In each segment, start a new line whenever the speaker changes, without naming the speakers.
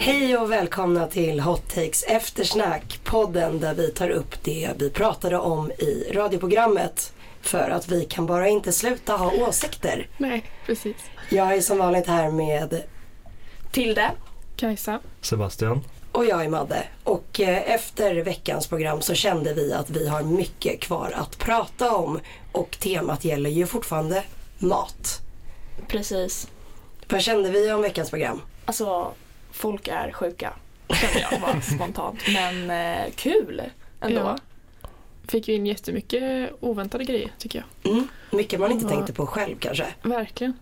Hej och välkomna till Hot Takes Eftersnack, podden där vi tar upp det vi pratade om i radioprogrammet. För att vi kan bara inte sluta ha åsikter.
Nej, precis.
Jag är som vanligt här med,
Tilde.
Kajsa.
Sebastian.
och jag är Madde. Och eh, efter veckans program så kände vi att vi har mycket kvar att prata om. Och temat gäller ju fortfarande mat.
Precis.
Vad kände vi om veckans program?
Alltså, folk är sjuka. Känner jag bara spontant. Men eh, kul ändå.
Ja. Fick ju in jättemycket oväntade grejer tycker jag.
Mm. Mycket man inte
Ja.
tänkte på själv kanske.
Verkligen.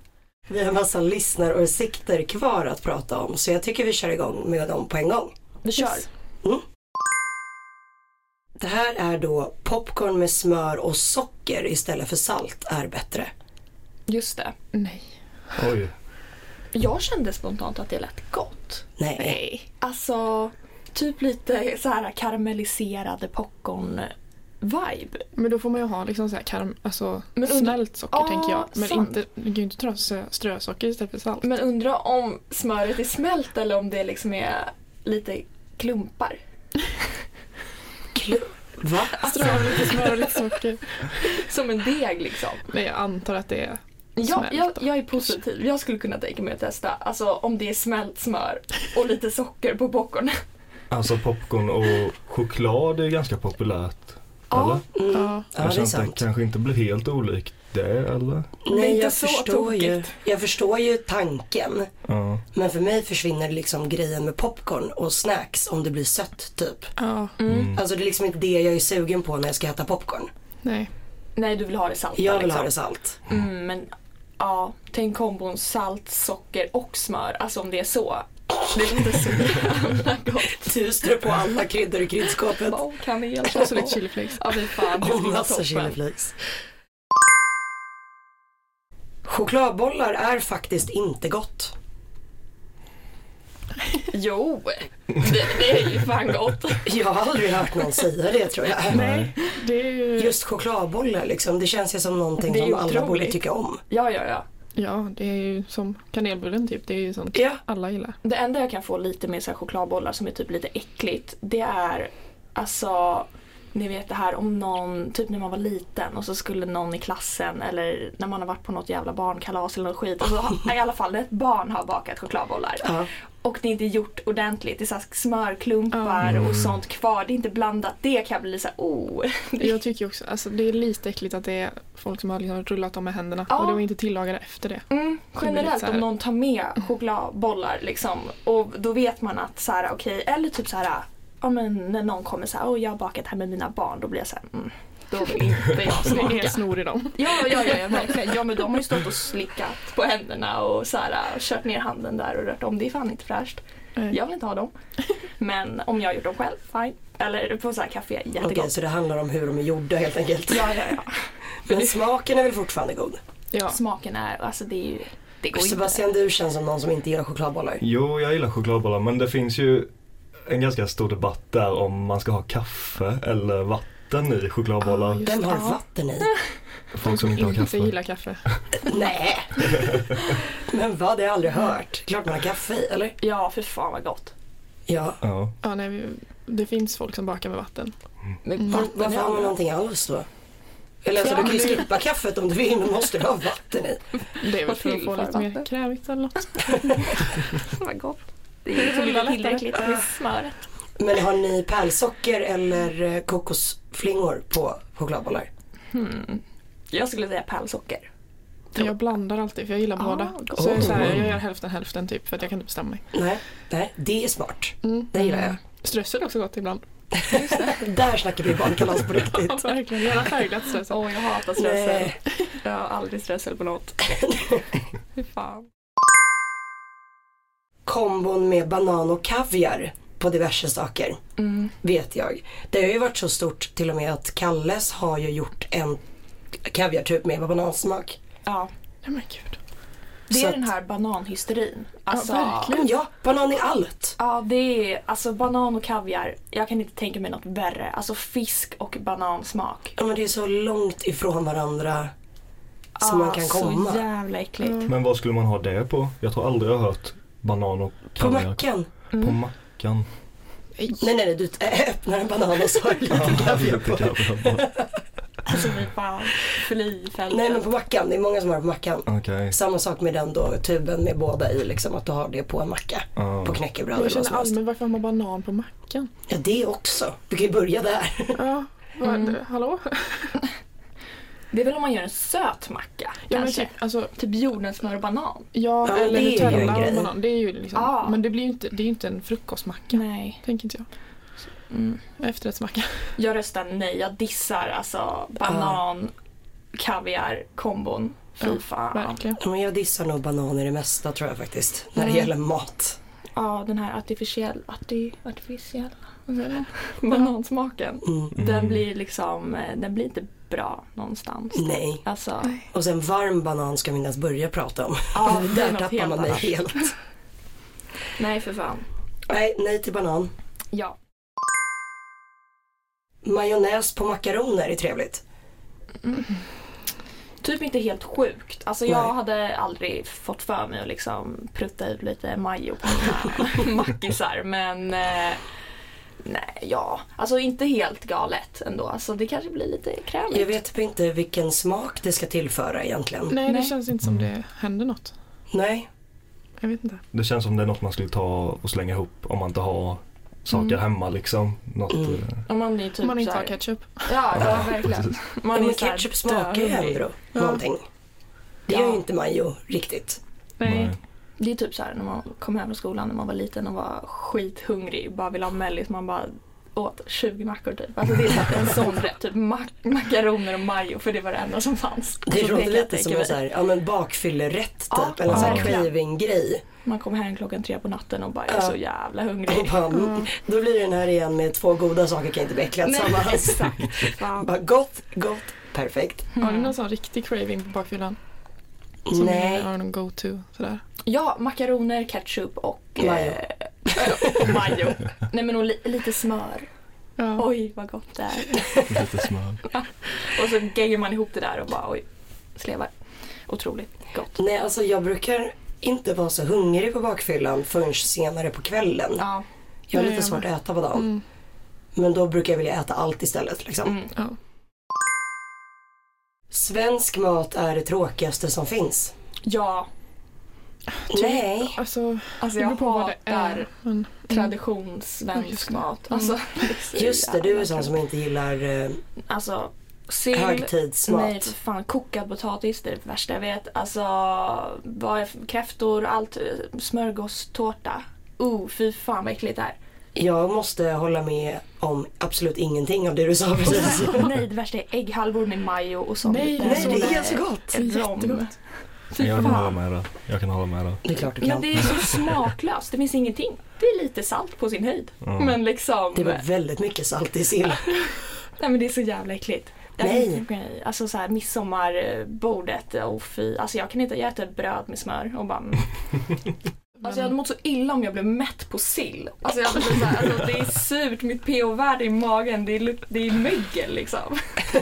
Vi har en massa lyssnaråsikter kvar att prata om så jag tycker vi kör igång med dem på en gång.
Vi kör.
Yes.
Det här är då popcorn med smör och socker istället för salt är bättre.
Just det.
Nej.
Oj.
Jag kände spontant att det lät gott.
Nej.
Alltså, typ lite så här karamelliserade popcorn-vibe.
Men då får man ju ha liksom så här karm, alltså
Men under-
smält socker
Ah,
tänker jag. Men
sant.
inte, du kan ju inte ta sö- strösocker istället för salt.
Men undra om smöret är smält eller om det liksom är lite klumpar.
Va?
Alltså,
Strö lite smör och lite socker.
Som en deg liksom.
Nej jag antar att det är
Ja,
smält.
jag, jag är positiv. Jag skulle kunna tänka mig att testa. Alltså om det är smält smör och lite socker på popcornen.
Alltså popcorn och choklad är ganska populärt.
Ja,
Eller?
Mm. Ja,
Ja.
jag
det är
känner att
sant.
det kanske inte blir helt olikt det eller?
Men
Nej,
inte
jag
så
förstår, ju,
tokigt.
jag förstår ju tanken.
Ja.
Men för mig försvinner liksom grejen med popcorn och snacks om det blir sött typ.
ja.
Mm.
Alltså det är liksom inte det jag är sugen på när jag ska äta popcorn.
Nej.
Nej, du vill ha det salta
Jag vill
liksom.
ha det salt.
Mm, men ja, tänk kombon salt, socker och smör. Alltså om det är så. Det är inte så jävla gott.
Du strör på alla kryddor i kryddskåpet.
Och kanel.
Och så lite chiliflakes.
Ja, fy fan.
Och
det skulle vara
massa
toppen.
chiliflakes. Chokladbollar är faktiskt inte gott.
Jo, det, det är ju fan gott.
Jag har aldrig hört någon säga det tror jag.
Nej. Det är ju...
Just chokladbollar liksom, det känns ju som någonting
Det är
som alla
otroligt.
borde tycka om.
Ja, ja, ja.
Ja, det är ju som kanelbullen typ. Det är ju sånt
Ja.
alla gillar.
Det enda jag kan få lite med så här chokladbollar som är typ lite äckligt, det är alltså ni vet det här om någon, typ när man var liten och så skulle någon i klassen eller när man har varit på något jävla barnkalas eller något skit. Och så, har- I alla fall ett barn har bakat chokladbollar.
Ja.
Och det är inte gjort ordentligt, det är så här smörklumpar och sånt kvar. Det är inte blandat. Det kan bli så här, oh.
Jag tycker också, alltså det är lite äckligt att det är folk som har liksom rullat dem med händerna
Ja.
och de är inte tillagade efter det.
Mm,
blir lite
generellt
så här-
om någon tar med chokladbollar liksom och då vet man att så här okej eller typ så här ja men när någon kommer så här åh jag har bakat här med mina barn då blir jag så här mm, då vill inte jag
Det är
smaka.
snor i dem.
Ja, ja, ja, ja, verkligen. ja men de har ju stått och slickat på händerna och så här och kört ner handen där och rört om. Det är fan inte fräscht.
Nej.
Jag vill inte ha dem. Men om jag har gjort dem själv, fine. Eller på så här café,
Okej,
jättegott.
så det handlar om hur de är gjorda helt enkelt.
Ja, ja, ja.
Men smaken är väl fortfarande god?
Ja.
Smaken är, alltså det är ju, det går inte.
Sebastian, du känns som någon som inte gillar chokladbollar.
Jo, jag gillar chokladbollar men det finns ju en ganska stor debatt där om man ska ha kaffe eller vatten i chokladbollar.
Ah, just-
Den har
Ja.
vatten i.
Folk som inte har
Inte
kaffe.
gillar kaffe.
Nej. Men vad, det har jag aldrig hört. Klart man har kaffe i, eller?
Ja, för fan vad gott.
Ja.
Ja.
Ja, nej, vi- det finns folk som bakar med vatten.
Men
Har-
vatten
Varför
är
har man
aldrig-
någonting alls då? Eller alltså,
Ja,
du kan ju
det-
skippa kaffet om du vill, men måste du ha vatten i?
Det är väl
Och
för att få
tillför
lite mer
vatten.
krämigt eller något.
Vad gott. Det är liksom
Rullar
lite
lättare.
tillräckligt med smöret.
Men har ni pärlsocker eller eh, kokosflingor på chokladbollar?
Hmm. Jag skulle säga pärlsocker.
Jag blandar alltid för jag gillar
Ah,
båda.
gott.
Så jag, är så här,
Oh.
jag gör hälften hälften typ för att jag kan inte bestämma mig.
Nej, nej, det är smart.
Mm.
Det gillar jag.
Strössel är också gott ibland.
Där snackar vi barnkalas på riktigt.
Ja, verkligen. Gärna färgglatt strössel.
Åh, jag hatar strössel.
Nej.
Jag har aldrig strössel på något. Fy fan.
Kombon med banan och kaviar på diverse saker,
Mm.
vet jag. Det har ju varit så stort till och med att Kalles har ju gjort en kaviartub med banansmak.
Ja.
Nej men gud.
Det
Så
är
att-
den här bananhysterin. Alltså,
verkligen.
Men ja, banan är allt.
Ja, det är alltså banan och kaviar. Jag kan inte tänka mig något värre. Alltså fisk och banansmak.
Ja, men det är så långt ifrån varandra. som man kan komma.
Ah, Så jävla äckligt.
Mm.
Men vad skulle man ha det på? Jag tror aldrig jag har hört banan och
På
kaviar.
macken.
På
Mm.
mackan.
Nej.
Nej, nej, nej, du äh, öppnar en banan och så har du lite kaviar på.
kaviar på.
Alltså vi bara fly i fälten.
Nej, men på mackan. Det är många som har det på mackan.
Okej.
Samma sak med den då, tuben med båda i liksom. Att du har det på en macka.
Ja.
På knäckebröd
Jag
eller vad som
känner
helst.
allmänt, varför har man banan på mackan?
Ja, det också. Du kan ju börja där.
Ja, vad,
Mm.
hallå?
Det är väl om man gör en söt macca
Ja, men
kanske?
typ, alltså,
typ jordnötssmör och banan.
ja,
Ja,
eller
det är ju en
Nutella
grej.
och banan. Det är ju liksom,
Ja.
Men det, blir ju inte, det är ju inte en frukostmacka.
Nej.
Tänker inte
Mm.
jag. Efterrättsmacka.
Jag röstar nej. Jag dissar alltså banan, kaviar, kombon. Fy
Ja,
fan.
Verkligen.
Men jag dissar nog bananer det mesta tror jag faktiskt. När det
Mm.
gäller mat.
Ja, den här artificiell, arti, artificiell
Ja.
banansmaken.
Mm.
Den blir liksom, eh, den blir inte bra någonstans.
Nej.
Alltså,
Och sen varm banan ska vi inte ens börja prata om.
ja, det är
där
något
tappar
helt
man mig
annat.
helt.
Nej, för fan.
Nej, nej till banan.
Ja.
Majonnäs på makaroner är trevligt.
Typ inte helt sjukt. Alltså jag
Nej.
hade aldrig fått för mig att liksom prutta ut lite majo på mina mackisar. Men eh, nej, ja. Alltså inte helt galet ändå. Alltså det kanske blir lite krämigt.
Jag vet typ inte vilken smak det ska tillföra egentligen.
Nej, det
Nej.
känns inte som det händer något.
Nej.
Jag vet
Typ
inte.
Det känns som det är något man skulle ta och slänga ihop om man inte har saker
Mm.
hemma liksom. Något,
Mm.
eh,
Om man är typ
Om man inte
så
har
här-
ketchup.
Ja, ja verkligen.
precis.
Ja,
Man
men
så här
ketchup smakar ju
döhungrig.
ändå
Ja.
någonting. Det
Ja.
gör ju inte majo riktigt.
Nej. Det är typ så här när man kom hem från skolan när man var liten och var skithungrig. Bara ville ha mellis. Man bara åt 20 mackor typ. Alltså det är så här en sån rätt. Typ mak- makaroner och majo för det var det enda som fanns.
Det
Så
låter
kan jag
lite
tänka
som en
mig.
så här, ja, men bakfyllerätt typ.
Ja,
eller en sån här
verkligen.
craving-grej.
Man kom hem klockan tre på natten och bara jag är
Ja.
så jävla
Och
hungrig.
bara, mm. Då blir det den här igen med två goda saker kan inte bli äckligt tillsammans.
exakt. Fan.
Bara gott, gott, perfekt.
Har du
Mm.
någon sån riktig craving på bakfyllan? Som
Nej.
Är, har du någon go-to sådär?
Ja, makaroner, ketchup och
Majo.
Eh, och majo. Nej men och li- lite smör.
Ja.
Oj vad gott det är.
Lite smör.
Och så geggar man ihop det där och bara oj, slevar. Otroligt gott.
Nej, alltså jag brukar inte vara så hungrig på bakfyllan förrän senare på kvällen.
Ja.
Jag har
Nej,
lite
jag
svårt att äta på dagen.
Mm.
Men då brukar jag vilja äta allt istället. Liksom.
Mm.
ja.
Svensk mat är det tråkigaste som finns. Mm.
Ja,
Nej.
Alltså,
alltså
det
jag
beror på vad det
hatar
är. Men, mm. Ja, just
traditionssvensk
det.
mat.
Mm.
Alltså, det är så
Just det, du är
jävla
sån som inte gillar eh,
tråkigt. Alltså, sill, Alltså, Nej för
högtidsmat.
fan, kokad potatis det är det värsta jag vet. Alltså, vad är kräftor, allt, eh, smörgåstårta. Oh, fy fan vad äckligt det är.
Jag måste hålla med om absolut ingenting av det du sa precis.
Nej, det värsta är ägghalvor med majo och sånt.
Nej,
Nej,
så
det är
nej.
så gott.
Det är
Rom.
jättegott.
Fy
Jag kan hålla
fan.
med där. Jag kan hålla med där.
Det är klart du
Men
kan.
det är så smaklöst, det finns ingenting. Det är lite salt på sin höjd.
Mm.
Ja.
Men liksom,
Det var väldigt mycket salt i sill.
nej men det är så jävla äckligt. Jag kan
Nej.
inte tänka mig- Alltså så här midsommarbordet, och fy. Alltså jag kan inte, jag äter bröd med smör och bara mm. Alltså jag hade mått så illa om jag blev mätt på sill. Alltså jag hade blivit såhär, alltså det är surt, mitt pH-värde i magen, det är, luk- det är mögel liksom.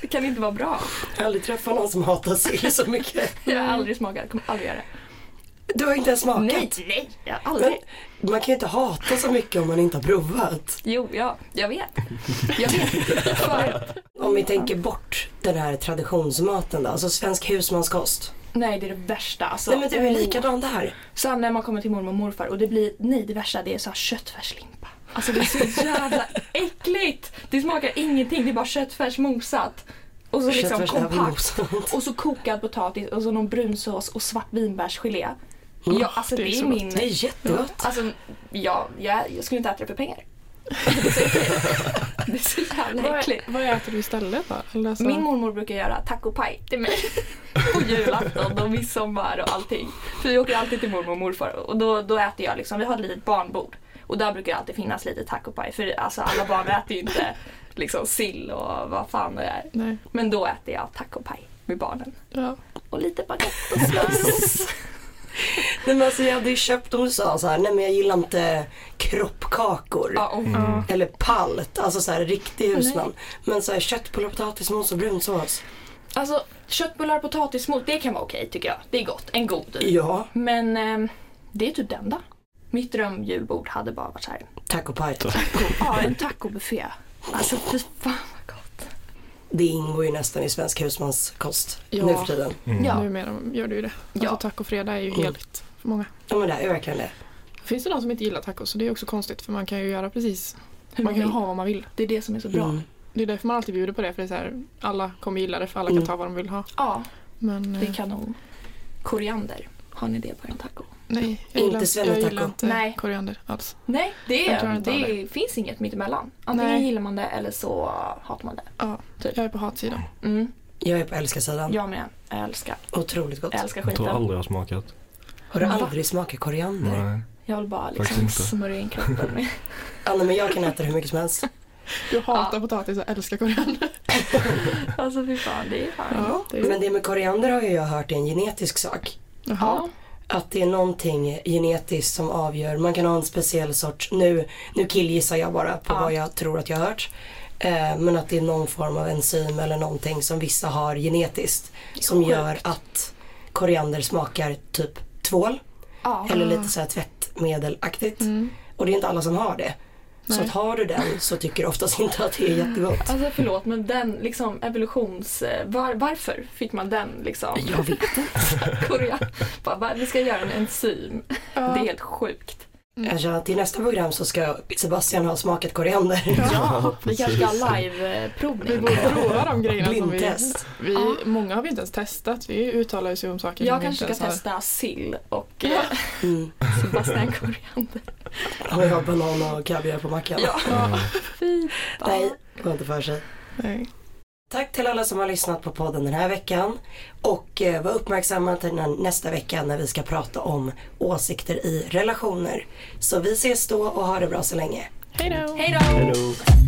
Det kan inte vara bra.
Jag har aldrig träffat någon som hatar sill så mycket.
Jag har aldrig smakat, kommer aldrig göra det.
Du har inte ens smakat.
Nej, nej, jag har aldrig.
Men man kan ju inte hata så mycket om man inte har provat.
Jo, ja, jag vet. Jag vet. För,
Om vi tänker bort den här traditionsmaten då, alltså svensk husmanskost.
nej, det är det värsta. Alltså,
Nej men typ du är likadan där.
Sen när man kommer till mormor och morfar och det blir, nej det värsta det är så här köttfärslimpa. Alltså det är så jävla äckligt! Det smakar ingenting, det är bara köttfärs mosat. Och så liksom
Köttfärs är
kompakt.
mosat.
Och så kokad potatis och så någon brunsås och svart vinbärsgelé.
Mm,
Ja, alltså
det
det
är
är,
så gott.
min...
Det är jättegott.
Alltså, ja, jag, jag skulle inte äta det för pengar. Det är så äckligt. Det är så jävla
Vad,
äckligt.
vad äter du istället då? Eller alltså- så,
Min mormor brukar göra tacopaj till mig. På julafton och midsommar och allting. För vi åker alltid till mormor och morfar och då, då äter jag liksom, vi har ett litet barnbord. Och där brukar det alltid finnas lite tacopaj för alltså alla barn äter ju inte liksom sill och vad fan det är.
Nej.
Men då äter jag tacopaj med barnen.
Ja.
Och lite baguette och smöros.
Nej men alltså jag hade ju köpt om du sa så här, nej men jag gillar inte kroppkakor.
Ja, och,
Mm.
Eller palt, alltså så här riktig husman. Men så här kött på potatismos och brunsås.
Alltså köttbullar och potatismos, det kan vara okej tycker jag. Det är gott, en god.
Ja,
Men ehm, det är typ det enda. Mitt drömjulbord hade bara varit såhär,
tacopaj.
ja en tacobuffé. Alltså fy fan vad gott.
Det ingår ju nästan i svensk husmanskost
Ja.
nu för tiden.
Mm.
Ja.
Numera gör du ju det.
Ja.
Alltså tacofredag är ju
Mm.
helt för många.
Ja men det är verkligen det.
Finns det någon som inte gillar tacos så det är också konstigt för man kan ju göra precis, man
Hur man
kan ju
vill.
ha vad man vill.
Det är det som är så bra.
Mm.
Det är därför man alltid bjuder på det för det är så här, alla kommer gilla det för alla
Mm.
kan ta vad de vill ha.
Ja,
Men
det är
eh,
kanon. Koriander, har ni det på en taco?
nej,
Inte
jag gillar, jag
svennetaco.
gillar inte
Nej.
koriander alls.
Nej, det,
Jag klarar
är,
inte
det,
av
finns inget mittemellan. Antingen
Nej.
gillar man det eller så hatar man det.
Ja,
Typ.
jag är på hatsidan.
Mm.
Jag är på älskarsidan.
Jag med. Jag älskar,
Otroligt gott.
jag älskar
Jag tror
skiten.
aldrig jag har smakat.
Har du
Va?
aldrig smakat koriander?
Nej.
Jag vill bara
Faktiskt
liksom
inte.
smörja in kroppen med.
Anna men jag kan äta det hur mycket som helst.
Du hatar potatis och älskar koriander.
Alltså fy fan, det är fan gott.
det är...
Men det med koriander har ju jag hört är en genetisk sak.
Jaha.
Ja.
Att det är någonting genetiskt som avgör. Man kan ha en speciell sorts, nu, nu killgissar jag bara på
Ja.
vad jag tror att jag har hört. Eh, men att det är någon form av enzym eller någonting som vissa har genetiskt. Som
Sjukt.
gör att koriander smakar typ tvål.
Ja.
Eller lite så här tvättmedelaktigt.
Mm.
Och det är inte alla som har det. Så
Nej.
att har du den så tycker du oftast inte att det är jättegott.
Alltså förlåt men den liksom evolutions... eh, Var, varför fick man den liksom?
Jag vet inte.
Korea. Bara, va, vi ska göra en enzym.
Ja. Mm.
Det är helt sjukt.
Jag känner att Alltså, till nästa program så ska Sebastian ha smakat koriander.
Ja,
Vi kanske ska ha
Vi
liveprovning.
borde prova de grejerna som vi...
Blindtest.
vi
Ja.
Många har vi inte ens testat. Vi uttalar ju sig om saker
Jag
vi inte
kanske
ens
ska
har-
testa sill och eh,
Mm.
Sebastian koriander.
Om jag har banan och kaviar på mackan.
Ja.
Ja.
Fy fan.
Nej, det går inte för sig.
Nej.
Tack till alla som har lyssnat på podden den här veckan. Och eh, var uppmärksamma till nä- nästa vecka när vi ska prata om åsikter i relationer. Så vi ses då och ha det bra så länge.
Hej då!
Hej då!
Hej då.